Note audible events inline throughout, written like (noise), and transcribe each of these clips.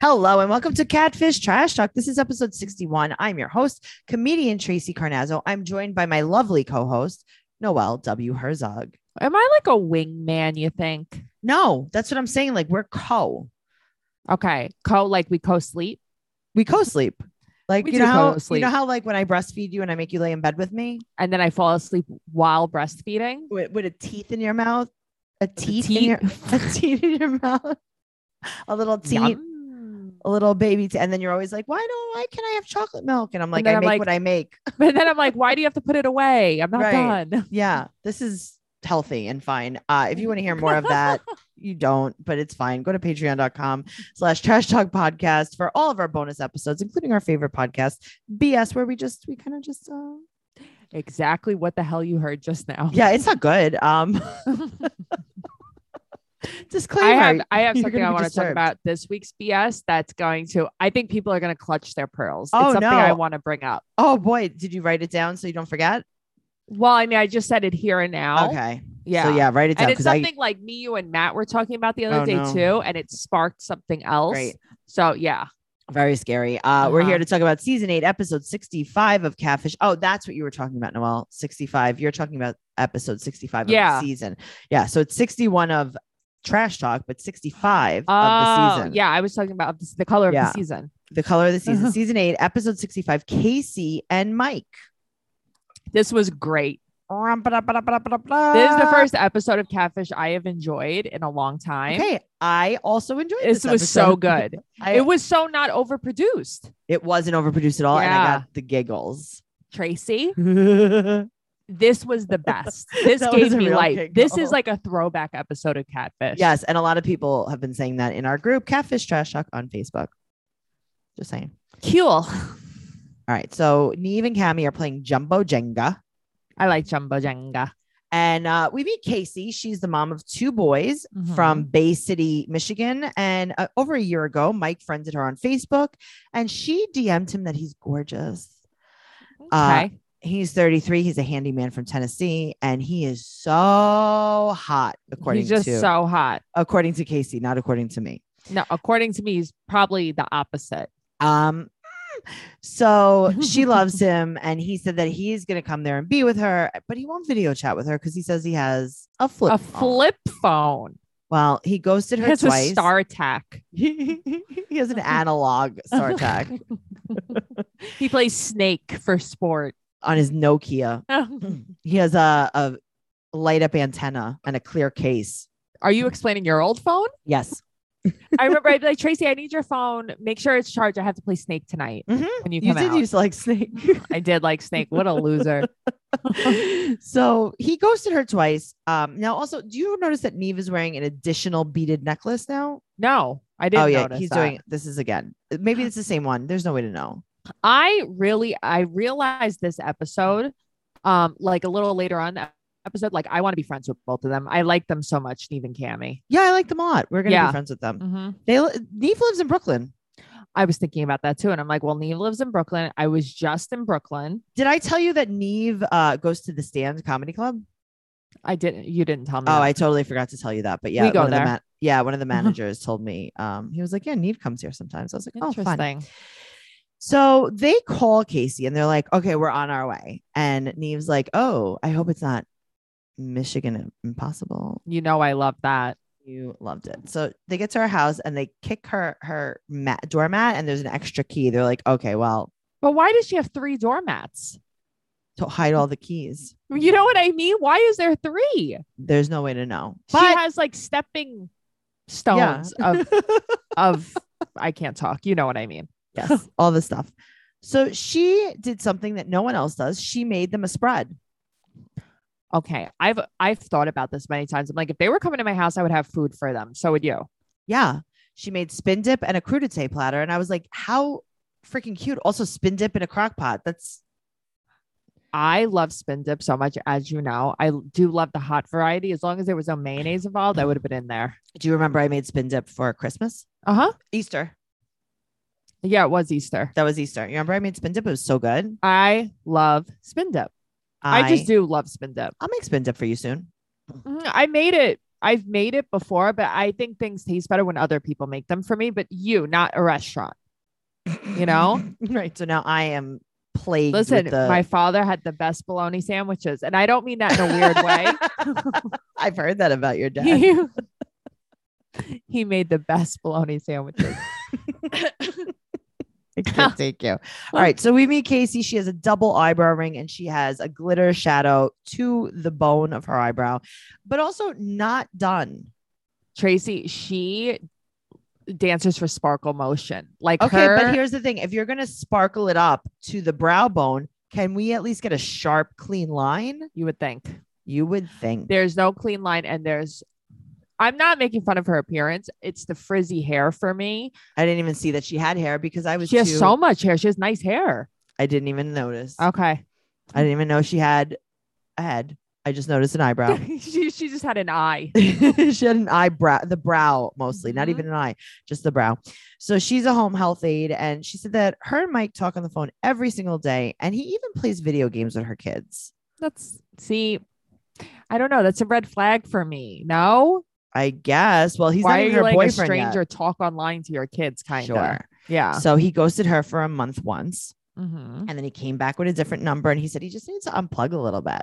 Hello and welcome to Catfish Trash Talk. This is episode 61. I'm your host, comedian Tracy Carnazzo. I'm joined by my lovely co-host, Noelle W. Herzog. Am I like a wingman, you think? No, that's what I'm saying. Like we're co. Okay. Co like we co-sleep. We co-sleep. Like We you do know how co-sleep. you know how like when I breastfeed you and I make you lay in bed with me And then I fall asleep while breastfeeding. with, with a teeth in your mouth, a teeth, in teeth. your (laughs) a teeth in your mouth, a little teeth. Yum. A little baby, te- and then you're always like, "Why don't? Why can I have chocolate milk?" And I'm like, then "I I'm make like- what I make." (laughs) But then I'm like, why do you have to put it away? I'm not Right. done. (laughs) yeah this is healthy and fine uh if you want to hear more of (laughs) that you don't but it's fine go to patreon.com slash trash talk podcast for all of our bonus episodes including our favorite podcast bs where we just we kind of just uh Exactly what the hell you heard just now. yeah it's not good um (laughs) I disclaimer have I have (laughs) You're something gonna I be want to talk disturbed. about this week's BS that's going to I think people are gonna clutch their pearls. Oh, it's something I no. want to bring up. oh boy did you write it down so you don't forget Well, I mean, I just said it here and now. okay Yeah. so yeah write it down and it's because i something like me, you, and Matt were talking about the other Oh, day no. too, and it sparked something else. Great. So yeah, very scary uh we're here Uh-huh. to talk about season 8 episode 65 of catfish oh that's what you were talking about noel 65 you're talking about episode 65 of Yeah. the season yeah so it's 61 of trash talk but 65 oh of the season yeah, I was talking about the, the color Yeah. of the season. the color of the season Uh-huh. season 8 episode 65 casey and mike This was great. This this is Ah. the first episode of Catfish I have enjoyed in a long time. okay i also enjoyed This, this, was so episode. good. (laughs) I- it was so not overproduced. it wasn't overproduced at all and i Yeah. got the (laughs) giggles Tracy, that this was the best. (laughs) This That was gave a me real life. giggle. This is like a throwback episode of Catfish. Yes, and a lot of people have been saying that in our group, Catfish Trash Talk on Facebook. Just saying. cool. All right, so Neve and Cammy are playing Jumbo Jenga, I like Jumbo Jenga. and uh, we meet Casey. She's the mom of two boys Mhm. from Bay City, Michigan, and uh, over a year ago, Mike friended her on Facebook, and she DM'd him that he's gorgeous. Okay. Uh, He's 33. He's a handyman from Tennessee, and he is so hot, according He's just to so hot. according to Casey, not according to me. No, according to me, he's probably the opposite. Um, so she (laughs) loves him, and he said that he's going to come there and be with her, but he won't video chat with her because he says he has a flip. a phone. flip phone. Well, he ghosted He her has twice. a star attack. (laughs) he has (laughs) an analog (laughs) star attack He plays Snake for sport. on his Nokia. He has a, a light up antenna and a clear case. Are you explaining your old phone? Yes, I remember I'd be like, Tracy, I need your phone. Make sure it's charged. I have to play Snake tonight Mhm. when you you come did out. use like snake. (laughs) I did like Snake. (laughs) What a loser. so he ghosted her twice. Um, now also, do you notice that Neve is wearing an additional beaded necklace now? No, I didn't oh yeah, notice he's that. doing this is again. Maybe it's the same one. There's no way to know. I really, I realized this episode, um, like a little later on the episode, like I want to be friends with both of them. I like them so much, Neve and Cammy. Yeah, I like them a lot. We're gonna be Yeah. Mm. friends with them. They li- Neve lives in Brooklyn. I was thinking about that too. And I'm like, well, Neve lives in Brooklyn. I was just in Brooklyn. Did I tell you that Neve uh, goes to the Stand Comedy Club? I didn't, you didn't tell me. Oh, that. I totally forgot to tell you that. But yeah, We go one of there. the ma- yeah, (laughs) one of the managers told me. Um, he was like, "Yeah, Neve comes here sometimes." I was like, "Oh, fun." Interesting. So they call Casey and they're like, "Okay, we're on our way." And Neve's like, "Oh, I hope it's not Michigan Impossible." You know, I love that. You loved it. So they get to her house and they kick her her mat, doormat, and there's an extra key. They're like, okay, well, But why does she have three doormats? to hide all the keys. You know what I mean? Why is there three? There's no way to know. she But has like stepping stones (laughs) of of I can't talk. You know what I mean? yes, all this stuff. So she did something that no one else does. She made them a spread. Okay. I've I've thought about this many times. I'm like, if they were coming to my house, I would have food for them. So would you. Yeah, she made spin dip and a crudité platter, and I was like, how freaking cute. Also, spin dip in a crock pot. That's I love spin dip so much, as you know. I do love the hot variety. As long as there was no mayonnaise involved, I would have been in there. do you remember I made spin dip for Christmas? Uh-huh. Easter. Yeah, it was Easter. That was Easter. You remember I made spin dip? It was so good. I love spin dip. I, just do love spin dip. I'll make spin dip for you soon. Mhm, I made it I've made it before, but I think things taste better when other people make them for me. But you, not a restaurant. You know, right. So now I am plagued. (laughs) listen, with the- my father had the best bologna sandwiches, and I don't mean that in a weird (laughs) way. (laughs) I've heard that about your (laughs) (laughs) dad. he, he made the best bologna sandwiches. I can't take you. All right. So we meet Casey. She has a double eyebrow ring and she has a glitter shadow to the bone of her eyebrow, but also not done. Tracy, she dances for sparkle motion. Like Okay. her, But here's the thing if you're going to sparkle it up to the brow bone, can we at least get a sharp, clean line? you would think. You would think. There's no clean line, and there's. I'm not making fun of her appearance. It's the frizzy hair for me. I didn't even see that she had hair because I was She has too- so Oh. much hair. She has nice hair. I didn't even notice. Okay. I didn't even know she had a head. I just noticed an eyebrow. (laughs) she, she just had an eye. she had an eyebrow, the brow mostly, not Mhm. even an eye, just the brow. So she's a home health aide, and she said that her and Mike talk on the phone every single day, and he even plays video games with her kids. That's see, I don't know. That's a red flag for me. No, I guess. Well, he's why not are even you her like a boyfriend stranger talk online to your kids? yet. Kind of. Sure. Yeah. So he ghosted her for a month once, Mhm. and then he came back with a different number, and he said he just needs to unplug a little bit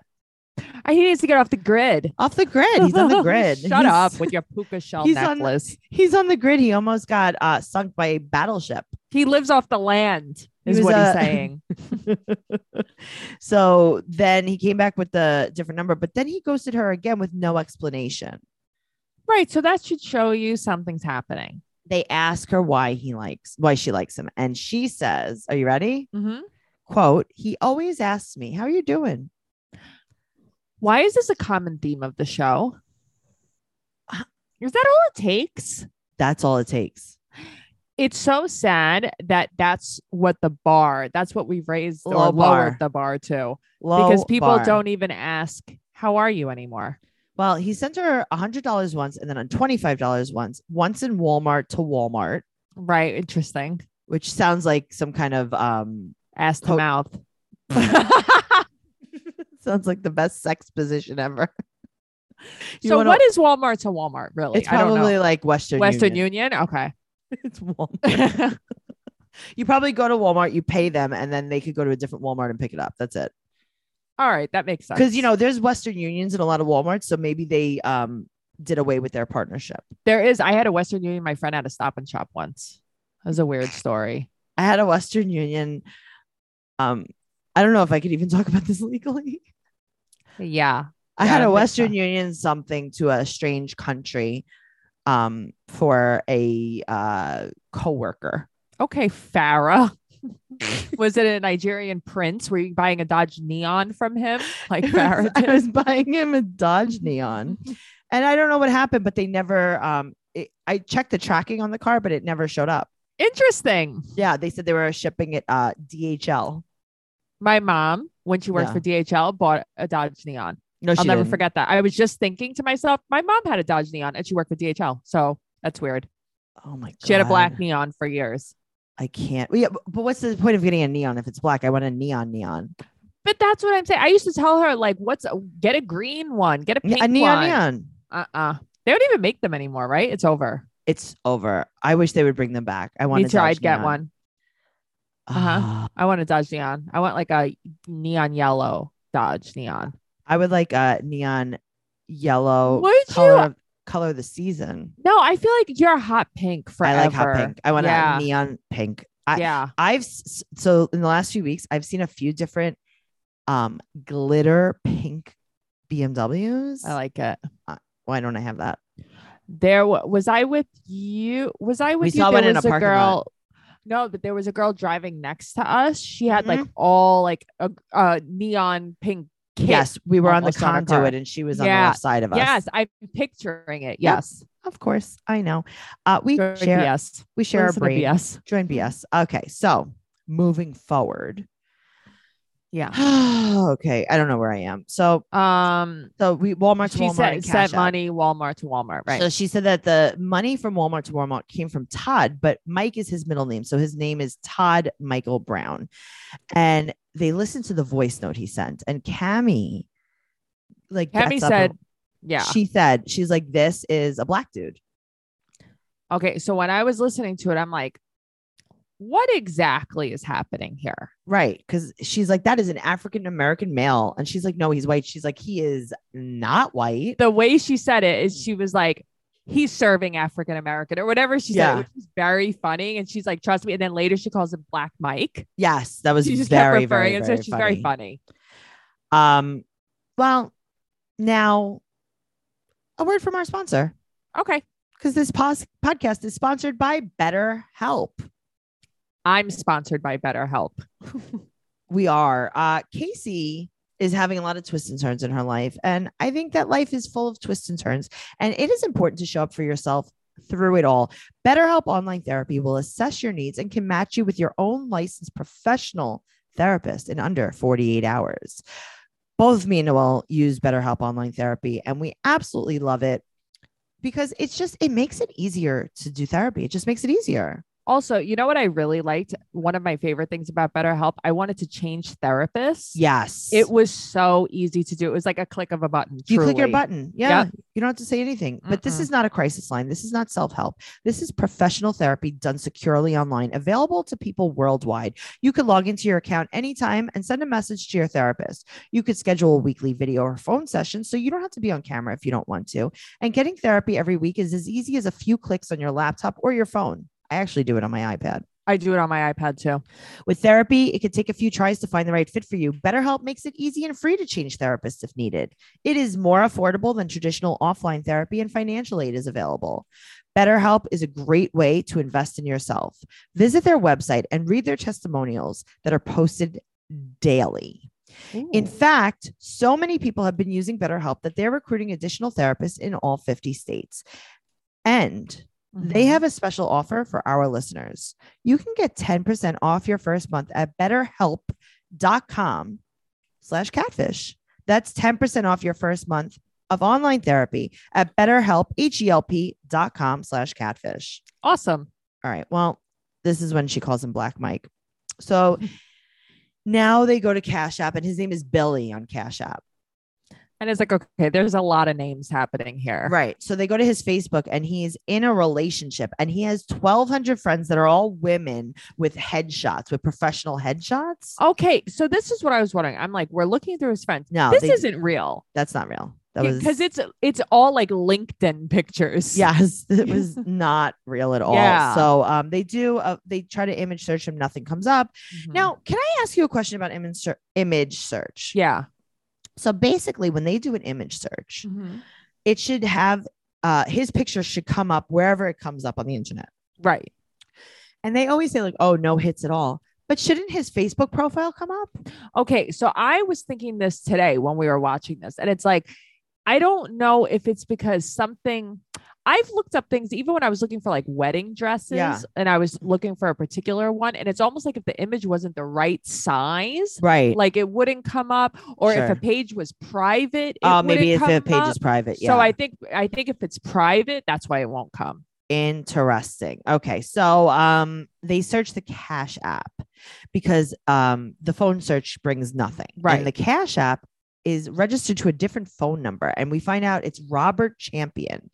I he needs to get off the grid. off the grid. He's (laughs) on the grid. Shut He's- up with your puka shell he's on- necklace. He's on the grid. He almost got uh, sunk by a battleship. he lives off the land, He is was uh, what he's a- (laughs) saying. so then he came back with the different number, but then he ghosted her again with no explanation. right. So that should show you something's happening. They ask her why he likes why she likes him. And she says, Are you ready? Mhm. Quote, he always asks me, How are you doing? Why is this a common theme of the show? Uh, Is that all it takes? That's all it takes. It's so sad that that's what the bar, that's what we've raised Low bar. or lowered the bar to Low because people bar. don't even ask, How are you anymore? Well, he sent her $100 once and then on $25 once, once in Walmart to Walmart, Right. Interesting. which sounds like some kind of um (laughs) Ass to Co- mouth. Hmm. (laughs) sounds like the best sex position ever. (laughs) You so, wanna- what is Walmart to Walmart really? It's probably like Western Western Union. Union. Okay. (laughs) it's Walmart. (laughs) You probably go to Walmart, you pay them, and then they could go to a different Walmart and pick it up. That's it. All right, that makes sense. Because you know, there's Western Unions and a lot of Walmarts, so maybe they um did away with their partnership. there is. I had a Western Union. My friend had a Stop and Shop once. That was a weird story. I had a Western Union. Um, I don't know if I could even (laughs) talk about this legally. Yeah, I Yeah, had I a don't think Western so. Union something to a strange country um for a uh coworker. (laughs) Okay, Farah. (laughs) was it a Nigerian prince? Were you buying a Dodge Neon from him, like It was- Farah I did? was buying him a (laughs) Dodge Neon, and I don't know what happened, but they never. Um, it, I checked the tracking on the car, but it never showed up. Interesting. Yeah, they said they were shipping it uh, DHL. My mom, when she worked Yeah. for DHL, bought a Dodge Neon. No, she I'll never didn't. forget that. I was just thinking to myself, my mom had a Dodge Neon, and she worked for DHL, so that's weird. Oh my god, She had a black neon for years. I can't. Yeah, but but what's the point of getting a neon if it's black? I want a neon neon. But that's what I'm saying. I used to tell her, like, what's a, get a green one, get a Ne- pink a neon one. neon. Uh-uh. They don't even make them anymore, right? It's over. It's over. I wish they would bring them back. I want. Me a too. Dodge I'd get Neon. one. Ah, Uh-huh. I want a Dodge Neon. I want like a neon yellow Dodge Neon. (sighs) I would like a neon yellow Would color you? of- color of the season. No, I feel like you're a hot pink forever. I like hot pink. I want yeah. a neon pink. I, yeah. I've s- so in the last few weeks, I've seen a few different um glitter pink BMWs. I like it. Why don't I have that? There wa- was I with you. Was I with you? saw there one in was a parking lot. girl. No, but there was a girl driving next to us. She had Mm-hmm. like all like a, a neon pink kit. Yes, we were on the almost on a car. conduit, and she was on the Yeah. left side of us. Yes, I'm picturing Yep. it. Yes. of course, I know. Uh, we During share BS. we share a Listen to brain. BS. Join BS. Okay, so moving forward. Yeah. (sighs) okay, I don't know where I am. So Um, so we Walmart to she Walmart sent, and Cash sent App. money Walmart to Walmart, right? So she said that the money from Walmart to Walmart came from Todd, but Mike is his middle name. So his name is Todd Michael Brown. And they listened to the voice note he sent. And Cammie, like, Cammie gets up and- said, Yeah. She said, she's like, this is a black dude. okay. So when I was listening to it, I'm like, what exactly is happening here? Right. Cause she's like, that is an African American male. And she's like, no, he's white. She's like, he is not white. The way she said it is she was like, he's serving African American or whatever she Yeah. said, which is very funny. And she's like, trust me. And then later she calls him Black Mike. Yes. That was She just very, kept referring. very, and very so she's very funny. Um, well, now a word from our sponsor Okay. because this pos- podcast is sponsored by Better Help. I'm sponsored by BetterHelp. We are. Uh, Casey is having a lot of twists and turns in her life. And I think that life is full of twists and turns. And it is important to show up for yourself through it all. BetterHelp Online Therapy will assess your needs and can match you with your own licensed professional therapist in under 48 hours. Both me and Noel use BetterHelp Online Therapy, and we absolutely love it because it's just, it makes it easier to do therapy. It just makes it easier. Also, you know what I really liked? One of my favorite things about BetterHelp, I wanted to change therapists. Yes. It was so easy to do. It was like a click of a button. You click your truly. button. Yeah. Yep. You don't have to say anything. But this Mm-mm. is not a crisis line. This is not self help. This is professional therapy done securely online, available to people worldwide. You can log into your account anytime and send a message to your therapist. You could schedule a weekly video or phone session so you don't have to be on camera if you don't want to. And getting therapy every week is as easy as a few clicks on your laptop or your phone. I actually do it on my iPad. I do it on my iPad too. With therapy, it could take a few tries to find the right fit for you. BetterHelp makes it easy and free to change therapists if needed. It is more affordable than traditional offline therapy, and financial aid is available. BetterHelp is a great way to invest in yourself. Visit their website and read their testimonials that are posted daily. In fact, so many people have been using BetterHelp that they're recruiting additional therapists in all 50 states. And they Mhm. have a special offer for our listeners. You can get 10% off your first month at betterhelp.com slash catfish. That's 10% off your first month of online therapy at betterhelp, H-E-L-P dot com slash catfish. awesome. All right. Well, this is when she calls him Black Mike. So now they go to Cash App and his name is Billy on Cash App. And it's like, okay, there's a lot of names happening here. Right. So they go to his Facebook and he's in a relationship and he has 1,200 friends that are all women with headshots, with professional headshots. Okay. So this is what I was wondering. I'm like, we're looking through his friends. No, this they- isn't real. that's not real. That was Because it's it's all like LinkedIn (laughs) pictures. Yes, (laughs) it was not real at all. Yeah. So um, they do, uh, they try to image search him, nothing comes up. Mhm. Now, can I ask you a question about image, ser- image search? Yeah. So basically, when they do an image search, Mhm. it should have uh, his picture should come up wherever it comes up on the internet. Right. And they always say, like, oh, no hits at all. But shouldn't his Facebook profile come up? Okay, so I was thinking this today when we were watching this, and it's like, I don't know if it's because something I've looked up things even when I was looking for like wedding dresses Yeah. and I was looking for a particular one, and it's almost like if the image wasn't the right size, Right. like it wouldn't come up, or if Sure. a page was private, it Oh, maybe if wouldn't the come page up. is private. Yeah. So I think I think if it's private, that's why it won't come. interesting. Okay. So um they search the cash app because um the phone search brings nothing. Right. And the cash app is registered to a different phone number. And we find out it's Robert Champion.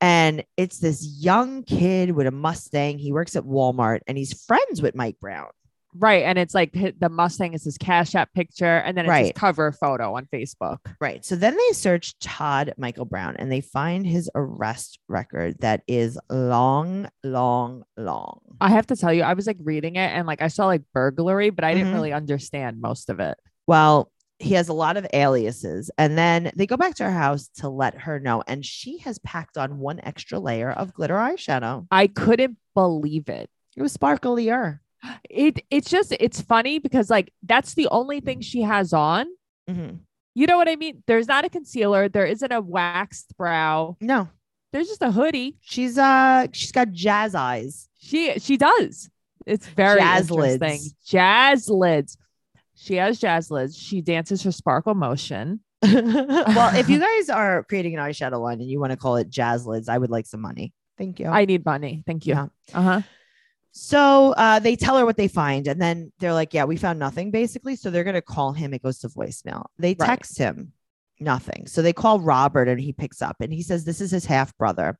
And it's this young kid with a Mustang. He works at Walmart and he's friends with Mike Brown. Right. And it's like hi- the Mustang is his Cash App picture and then it's his Right. cover photo on Facebook. Right. So then they search Todd Michael Brown and they find his arrest record that is long, long, long. I have to tell you, I was like reading it and like I saw like burglary, but I Mhm. didn't really understand most of it. Well, he has a lot of aliases. And then they go back to her house to let her know. And she has packed on one extra layer of glitter eyeshadow. I couldn't believe it. It was sparklier. It it's just it's funny because like that's the only thing she has on. Mhm. You know what I mean? There's not a concealer, there isn't a waxed brow. No, There's just a hoodie. she's uh she's got jazz eyes. She she does. It's very Jazz interesting. lids. Jazz lids. She has jazz lids. She dances her (laughs) sparkle motion. well, if you guys are creating an eyeshadow line and you want to call it jazz lids, I would like some money. Thank you. I need money. Thank you. Yeah. Uh-huh. So uh, they tell her what they find, and then they're like, "Yeah, we found nothing, basically." So they're gonna call him. It goes to voicemail. They Right. text him, nothing. So they call Robert and he picks up and he says, This is his half brother.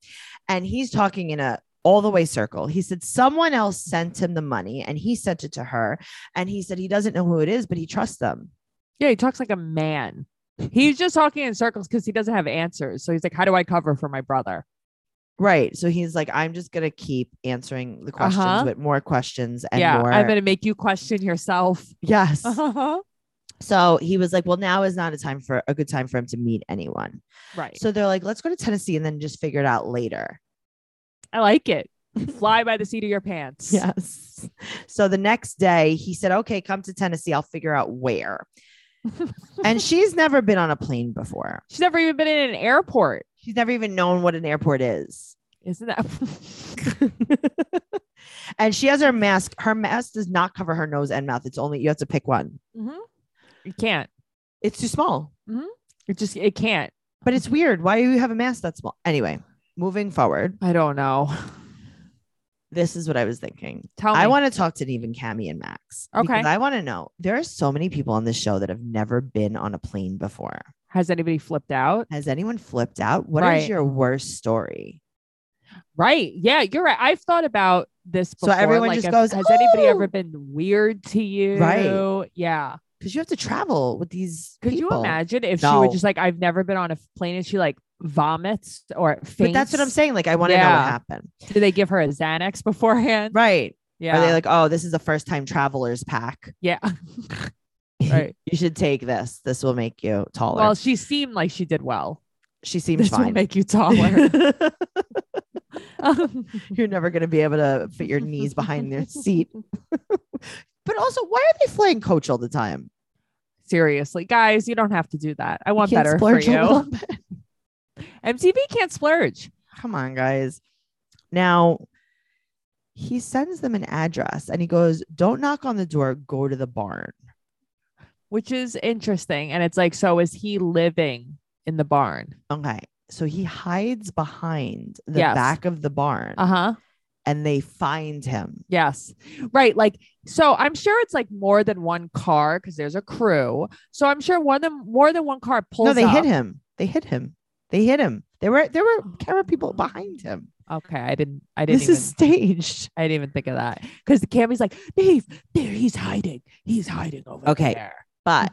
And he's talking in a all the way circle. He said, Someone else sent him the money and he sent it to her. And he said, He doesn't know who it is, but he trusts them. Yeah, he talks like a man. He's just talking in circles because he doesn't have answers. So he's like, How do I cover for my brother? Right. So he's like, I'm just going to keep answering the questions Uh-huh. with more questions and yeah, more. I'm going to make you question yourself. yes. Uh-huh. So he was like, Well, now is not a time for a good time for him to meet anyone. Right. So they're like, Let's go to Tennessee and then just figure it out later. I like (laughs) it. Fly by the seat of your pants. Yes. So the next day he said, Okay, come to Tennessee. I'll figure out where. (laughs) and she's never been on a plane before. She's never even been in an airport. She's never even known what an airport is. Isn't that? And she has her mask. Her mask does not cover her nose and mouth. It's only you have to pick one. Mhm. (laughs) You can't. It's too small. It just, it can't. But it's weird. Why do you have a mask that small? Anyway, moving forward, I don't know. (laughs) this is what I was thinking. Tell me. I want to talk to even Cami and Max. Okay. Because I want to know. There are so many people on this show that have never been on a plane before. Has anybody flipped out? Has anyone flipped out? What is Right. your worst story? Right. Yeah, you're right. I've thought about this So before. everyone like, just if- goes, Has anybody "Ooh." ever been weird to you? Right. Yeah. Because you have to travel with these. Could you people. imagine if she No. were just like, I've never been on a plane and she like vomits or faints? But that's what I'm saying. Like, I want to know Yeah. what happened. Do they give her a Xanax (laughs) beforehand? Right. Yeah. Are they like, oh, this is a first time traveler's pack? (laughs) yeah. Right. you should take this. This will make you taller. well, she seemed like she did well. she seems this will fine. make (laughs) you taller. (laughs) Um, You're never going to be able to fit your knees behind (laughs) their seat. (laughs) but also, why are they flying coach all the time? Seriously, guys, you don't have to do that. I You want can't better for splurge a you. little bit? MTV can't splurge. Come on, guys. Now, he sends them an address and he goes, don't knock on the door, go to the barn. which is interesting. And it's like, so is he living in the barn? Okay. So he hides behind the Yes. back of the barn Uh huh. and they find him. Yes. Right. Like, so I'm sure it's like more than one car because there's a crew. So I'm sure one of them, more than one car pulls. No, they hit up. Oh. him. They hit him. They hit him. There were there were camera people behind him. Okay, I didn't. I didn't. This even, is staged. I didn't even think of that because the Cammy's like, Dave, there he's hiding. He's hiding over Okay. there. But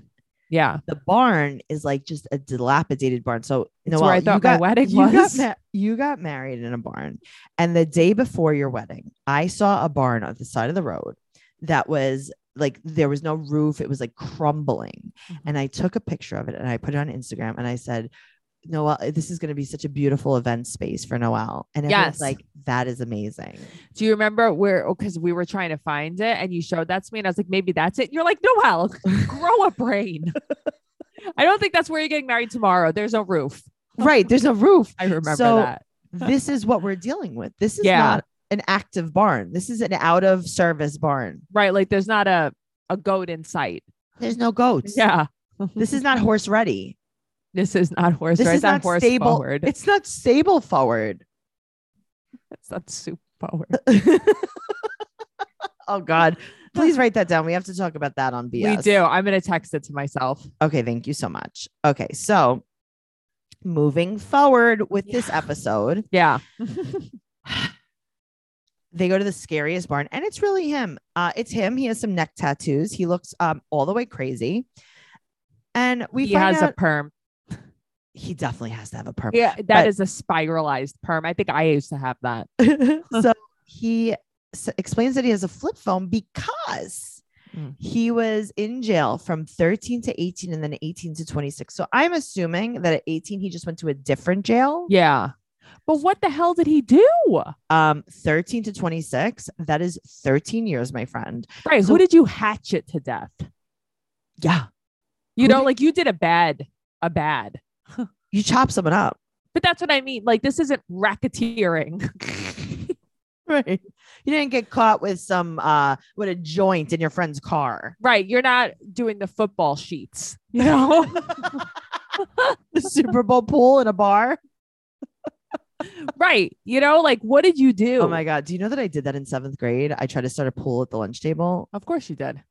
Yeah. the barn is like just a dilapidated barn. So That's Noelle, where I thought you my got, wedding you got was. ma- you got married in a barn, and the day before your wedding, I saw a barn on the side of the road that was like there was no roof. It was like crumbling, Mm-hmm. and I took a picture of it and I put it on Instagram and I said. Noel, this is going to be such a beautiful event space for Noel. And everyone's Yes. like, that is amazing. Do you remember where? Because we were trying to find it, and you showed that to me, and I was like, maybe that's it. And you're like, (laughs) Noel, grow a brain. I don't think that's where you're getting married tomorrow. There's no roof. right. There's a roof. (laughs) I remember So- that. this is what we're dealing with. This is Yeah. not an active barn. This is an out of service barn. Right. Like there's not a a goat in sight. There's no goats. Yeah. This is not horse ready. This is not horse. This right? is It's not, not horse stable. (laughs) forward. It's, It's not stable forward. not soup forward. (laughs) Oh God. Please write that down. We have to talk about that on BS. We do. I'm gonna text it to myself. Okay, thank you so much. Okay, so moving forward with this episode, Yeah. they go to the scariest barn, and it's really him. Uh, it's him. He has some neck tattoos. He looks um all the way crazy. And we he find has out a perm. he definitely has to have a perm. Yeah, But- that is a spiralized perm. I think I used to have that. (laughs) so he s- explains that he has a flip phone because Mm. he was in jail from 13 to 18 and then 18 to 26. So I'm assuming that at 18 he just went to a different jail. Yeah. But what the hell did he do? Um 13 to 26, that is 13 years, my friend. Right. So- who did you hatchet to death? Yeah. You Who know, did- like you did a bad, a bad. You chop someone (laughs) up. But that's what I mean. Like this isn't racketeering. (laughs) Right. You didn't get caught with some uh with a joint in your friend's car. right. You're not doing the football sheets. You know? The Super Bowl pool in a bar. (laughs) right. You know, like what did you do? Oh my god. Do you know that I did that in seventh grade? I tried to start a pool at the lunch table Of course you did.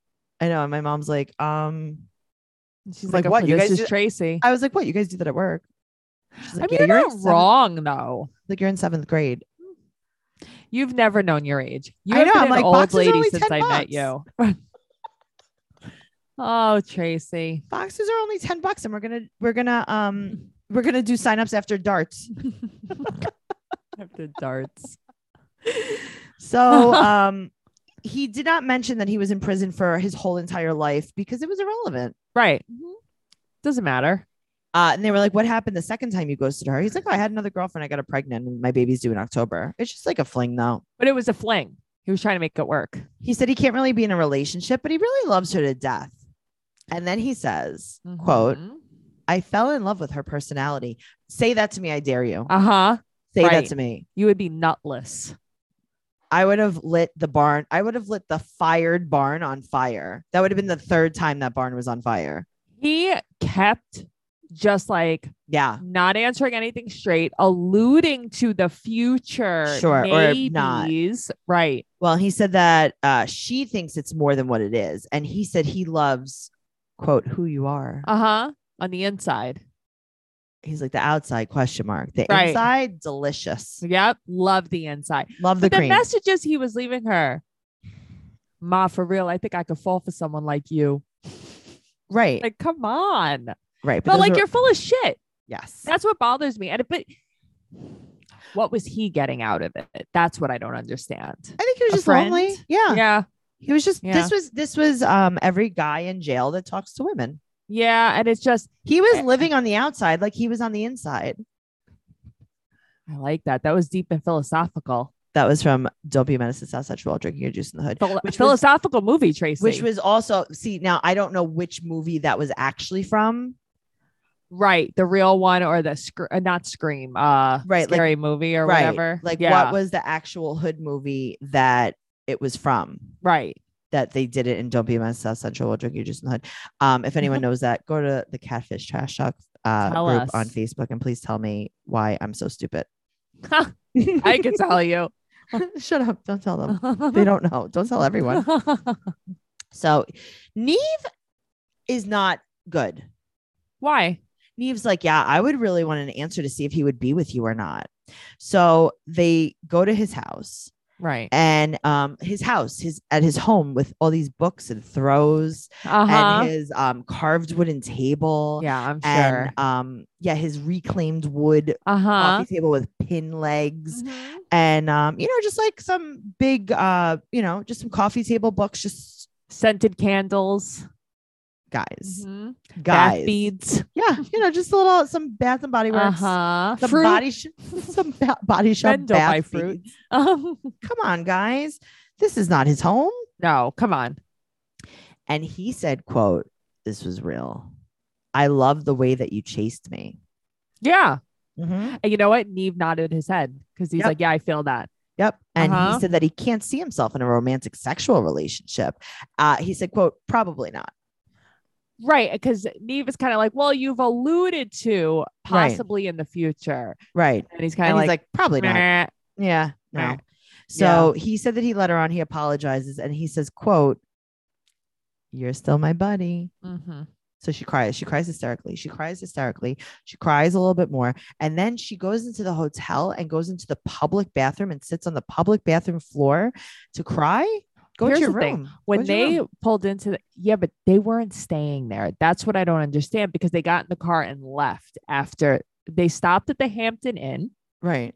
I know. And my mom's like, um, And she's Like, like, what, "Oh, you this guys is do- Tracy. I was like, what? You guys do that at work? She's I like, mean, yeah, you're, in not seventh- wrong though. Like you're in seventh grade. You've never known your age. You I have know, been I'm an like, old boxes are lady only since 10 I met bucks. you. (laughs) oh, Tracy. Boxes are only 10 bucks and we're gonna we're gonna um we're gonna do signups after darts. After darts. So (laughs) um he did not mention that he was in prison for his whole entire life because it was irrelevant. Right. Doesn't matter. Uh, and they were like, What happened the second time you ghosted her? He's like, Oh, I had another girlfriend, I got her pregnant, and my baby's due in October. It's just like a fling though. But it was a fling. He was trying to make it work. he said he can't really be in a relationship, but he really loves her to death. And then he says, Mm-hmm. quote, I fell in love with her personality. Say that to me, I dare you. Uh huh. Say that right. to me. You would be nutless. I would have lit the barn. I would have lit the fired barn on fire. That would have been the third time that barn was on fire. He kept just like Yeah. not answering anything straight, alluding to the future. Sure, or not. maybes. Right. Well, he said that uh, she thinks it's more than what it is. And he said he loves, quote, who you are. Uh huh. On the inside. He's like the outside question mark. The Right. inside, delicious. Yep. Love the inside. Love the But the, cream. messages he was leaving her. Ma, for real, I think I could fall for someone like you. right. Like, come on. But, right. those like, were- you're full of shit. yes. That's what bothers me. And it- but what was he getting out of it? That's what I don't understand. I think he was a just lonely. friend? Yeah. Yeah. He was just Yeah. this was this was um every guy in jail that talks to women. Yeah. And it's just, He was Eh. living on the outside like he was on the inside. I like that. That was deep and philosophical. That was from Don't Be a Menace to South Central while drinking your juice in the hood. Phil- Which was- philosophical movie, Tracy. Which was also see now I don't know which movie that was actually from. right. The real one or the sc- uh, not scream, uh, Right, like- scary movie or whatever. Like yeah, what was the actual hood movie that it was from right. that they did it in Don't Be a Menace to South Central while drinking your juice in the hood. Um if (laughs) anyone knows that, go to the Catfish Trash Talk uh, Tell group us. on Facebook and please tell me why I'm so stupid. (laughs) I can tell you. (laughs) Shut up. Don't tell (laughs) them. They don't know. Don't tell everyone. So Neve is not good. Why? Neve's like, yeah, I would really want an answer to see if he would be with you or not. So they go to his house Right. and um his house, his at his home with all these books and throws Uh and huh. his um carved wooden table. Yeah, I'm sure. And um, yeah, his reclaimed wood Uh huh. coffee table with pin legs and um, you know, just like some big uh, you know, just some coffee table books, just Scented candles. guys, Mhm. guys, Bath beads. yeah, you know, just a little some Bath and Body Uh Works, huh. some Fruit. body, sh- some ba- body shop Bend don't buy bath fruit. beads. Um, Come on, guys, this is not his home. (laughs) no, come on. And he said, "quote This was real. I love the way that you chased me." Yeah. Mhm. And you know what? Neve nodded his head because he's Yep. like, yeah, I feel that. Yep. And Uh-huh. he said that he can't see himself in a romantic sexual relationship. Uh, he said, quote, probably not. Right. Because Neve is kind of like, well, you've alluded to Right. possibly in the future. Right. And he's kind And of he's like, probably not. "Meh." Yeah, Meh. no. So he said that he let her on. He apologizes and he says, "quote You're still my buddy." Mhm. So she cries. She cries hysterically. She cries hysterically. She cries a little bit more, and then she goes into the hotel and goes into the public bathroom and sits on the public bathroom floor to cry. Go Here's to your the thing. room. Go to When your they room. pulled into the, yeah, but they weren't staying there. That's what I don't understand because they got in the car and left after they stopped at the Hampton Inn. right,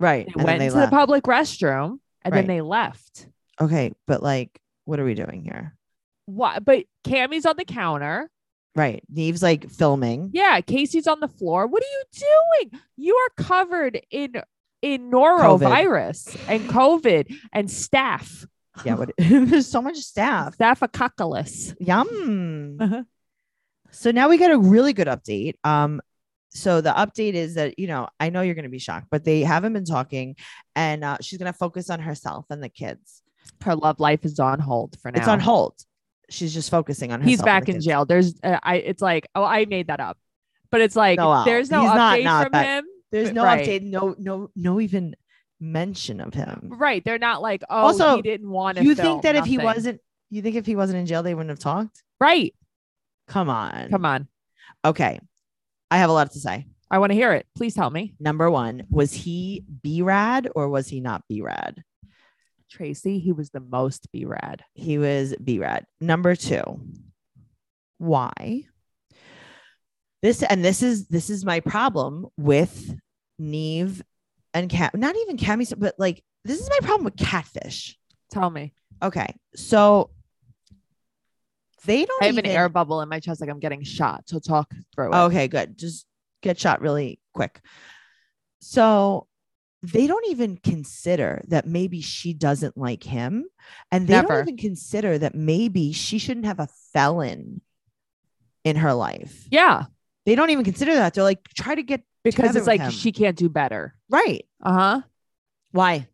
right, They and then went they to left. the public restroom and Right. then they left. okay, but like, what are we doing here? Why? But Cammy's on the counter. Right, Neve's like filming. Yeah, Casey's on the floor. What are you doing? You are covered in in norovirus and COVID and staff. Yeah, (laughs) what, (laughs) there's so much staff. Staphylococcus. Yum. Uh-huh. So now we get a really good update. Um, so the update is that you know I know you're going to be shocked, but they haven't been talking, and uh, she's going to focus on herself and the kids. Her love life is on hold for now. It's on hold. She's just focusing on herself. He's and back the in kids. jail. There's uh, I it's like, oh, I made that up. But it's like No, Al, there's no he's not- update not from back. him. There's But- no right. update. No, no, no even mention of him. Right. They're not like, oh, Also, he didn't want to You think that if he wasn't wasn't, you think if he wasn't in jail, they wouldn't have talked. right. Come on. Come on. Okay. I have a lot to say. I want to hear it. Please tell me. Number one, was he B rad or was he not B rad? Tracy, he was the most B rad. He was B rad. Number two, why? This and this is this is my problem with Neve and Cat. Not even Cammy, but like this is my problem with catfish. Tell me. Okay, so they don't. I have an even- air bubble in my chest like I'm getting shot. So talk through it. Okay, good. Just get shot really quick. So they don't even consider that maybe she doesn't like him. And they Never. don't even consider that maybe she shouldn't have a felon in her life. Yeah. They don't even consider that. They're like, try to get Because Together it's with like him. Uh-huh. she can't do better. right. Uh huh. Why?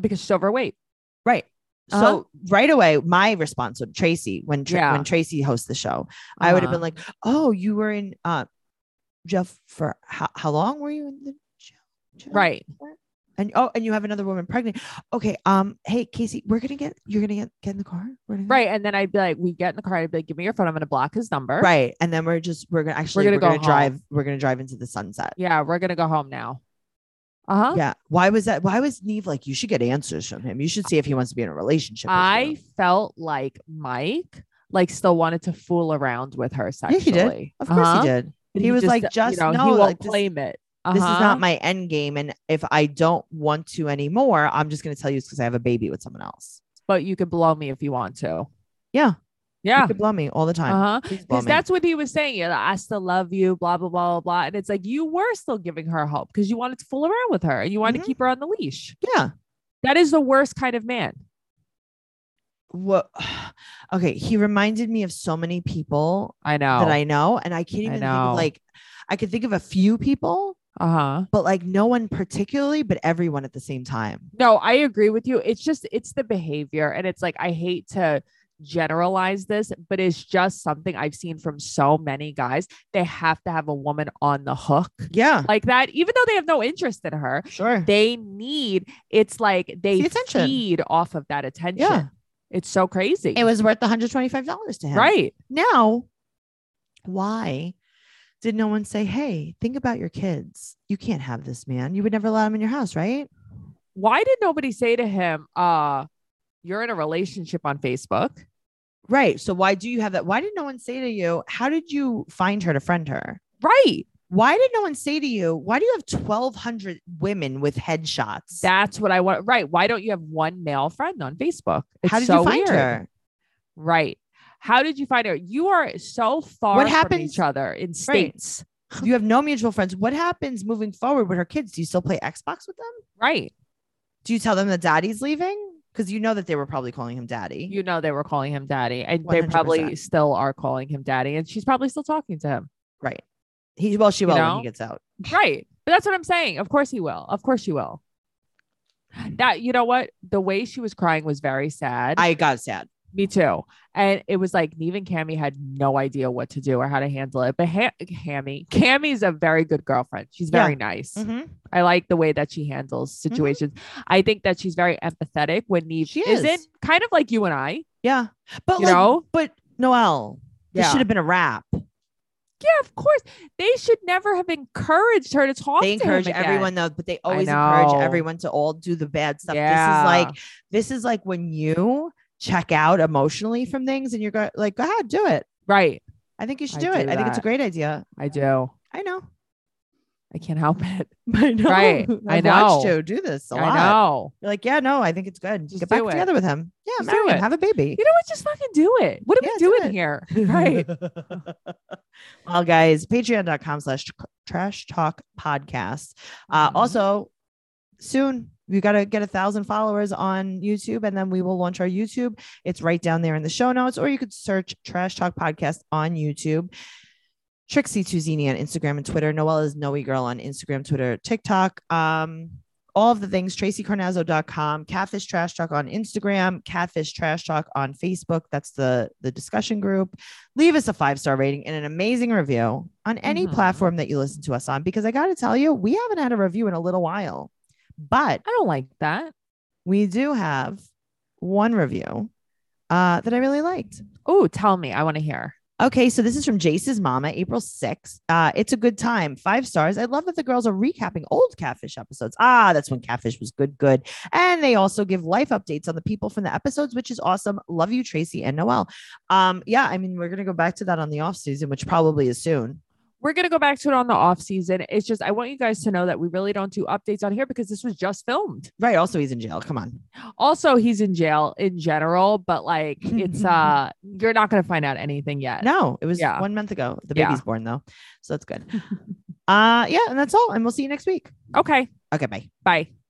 Because she's overweight. Right. Uh-huh. So right away, my response would Tracy when Tra- Yeah. when Tracy hosts the show, I would have been Uh-huh. like, "Oh, you were in uh, Jeff for how, how long were you in the jail? jail right. And oh, and you have another woman pregnant. Okay. Um. Hey, Casey, we're gonna get. You're gonna get get in the car. We're gonna go- Right. And then I'd be like, we get in the car. I'd be like, give me your phone. I'm going to block his number. Right. And then we're just we're gonna actually gonna we're go gonna, home. drive. We're gonna drive into the sunset. Yeah. We're going to go home now. Uh huh. Yeah. Why was that? Why was Neve like? You should get answers from him. You should see if he wants to be in a relationship. with I you." felt like Mike, like, still wanted to fool around with her he did. sexually. Of course Uh-huh. he did. And He was like, just you know, no, he won't like, this- claim it. This is Uh-huh. not my end game, and if I don't want to anymore, I'm just gonna tell you it's because I have a baby with someone else. but you can blow me if you want to. Yeah. Yeah. You could blow me all the time. Uh huh. Please blow Because me. that's what he was saying. You know, I still love you, blah, blah, blah, blah, blah. And it's like you were still giving her hope because you wanted to fool around with her and you wanted Mhm. to keep her on the leash. yeah. That is the worst kind of man. What? (sighs) Okay. He reminded me of so many people I know. that I know. And I can't I even think of know. like, I could think of a few people, uh huh. but like no one particularly, but everyone at the same time. No, I agree with you. It's just, it's the behavior. And it's like, I hate to generalize this, but it's just something I've seen from so many guys. They have to have a woman on the hook Yeah, like that, even though they have no interest in her. sure. they need it's like they the attention. feed off of that attention. Yeah. It's so crazy. It was worth $125 to him. right. Now, why did no one say, hey, think about your kids? You can't have this man. You would never allow him in your house, right? Why did nobody say to him, uh, you're in a relationship on Facebook? Right. So why do you have that? Why did no one say to you, how did you find her to friend her? Right. Why did no one say to you, why do you have 1,200 women with headshots? That's what I want. Right. Why don't you have one male friend on Facebook? It's how did so you find weird. her? Right. How did you find her? You are so far What from happens- each other in states. you have no mutual friends. What happens moving forward with her kids? Do you still play Xbox with them? Right. Do you tell them that daddy's leaving? Because you know that they were probably calling him daddy. You know they were calling him daddy. And they 100%. probably still are calling him daddy. And she's probably still talking to him. right. He well, she will when know? he gets out. Right. But that's what I'm saying. Of course he will. Of course you will. That you know what? The way she was crying was very sad. I got sad. Me too. And it was like Neve and Cammy had no idea what to do or how to handle it. But ha- Cammy, Cammy's a very good girlfriend. She's Yeah. Mm-hmm. very nice. I like the way that she handles situations. I think that she's very empathetic when Neve She isn't is. kind of like you and I. Yeah. But You like, know? but Noel, this Yeah. should have been a wrap. Yeah, of course. They should never have encouraged her to talk They to him encourage again. everyone though, but they always encourage know. everyone to all do the bad stuff. Yeah. This is like this is like when you check out emotionally from things and you're go- like, go ahead, do it. right. I think you should I do it. do I think it's a that. great idea. I do. I know. I can't help it. (laughs) I know. Right. I I've watched know. Joe do this a I lot. know. You're like, yeah, no, I think it's good. Just Get back do it. together with him. Yeah, Just marry do him. it. Have a baby. You know what? Just fucking do it. What are Yeah, we do doing it. (laughs) here? Right. well, guys, patreon.com slash trash talk podcast. Uh, Mhm. Also, soon we got to get a thousand followers on YouTube and then we will launch our YouTube. It's right down there in the show notes, or you could search Trash Talk Podcast on YouTube. Trixie Tuzini on Instagram and Twitter. Noelle is Noe Girl on Instagram, Twitter, TikTok. Um, all of the things, tracycarnazzo.com, Catfish Trash Talk on Instagram, Catfish Trash Talk on Facebook. That's the, the discussion group. Leave us a five star rating and an amazing review on any Mhm. platform that you listen to us on, because I got to tell you, we haven't had a review in a little while, but I don't like that. we do have one review uh, that I really liked. Oh, tell me. I want to hear. Okay, so this is from Jace's mama, April 6th. Uh, it's a good time. Five stars. I love that the girls are recapping old catfish episodes. Ah, that's when catfish was good, good. And they also give life updates on the people from the episodes, which is awesome. Love you, Tracy and Noel. Um, yeah, I mean, we're gonna go back to that on the off season, which probably is soon. We're gonna go back to it on the off season. It's just I want you guys to know that we really don't do updates on here because this was just filmed. Right. Also, he's in jail. Come on. Also, he's in jail in general, but like it's uh you're not gonna find out anything yet. No, it was Yeah. one month ago. The Yeah. baby's born though. (laughs) So that's good. uh yeah, and that's all. And we'll see you next week. Okay, Okay, bye. bye.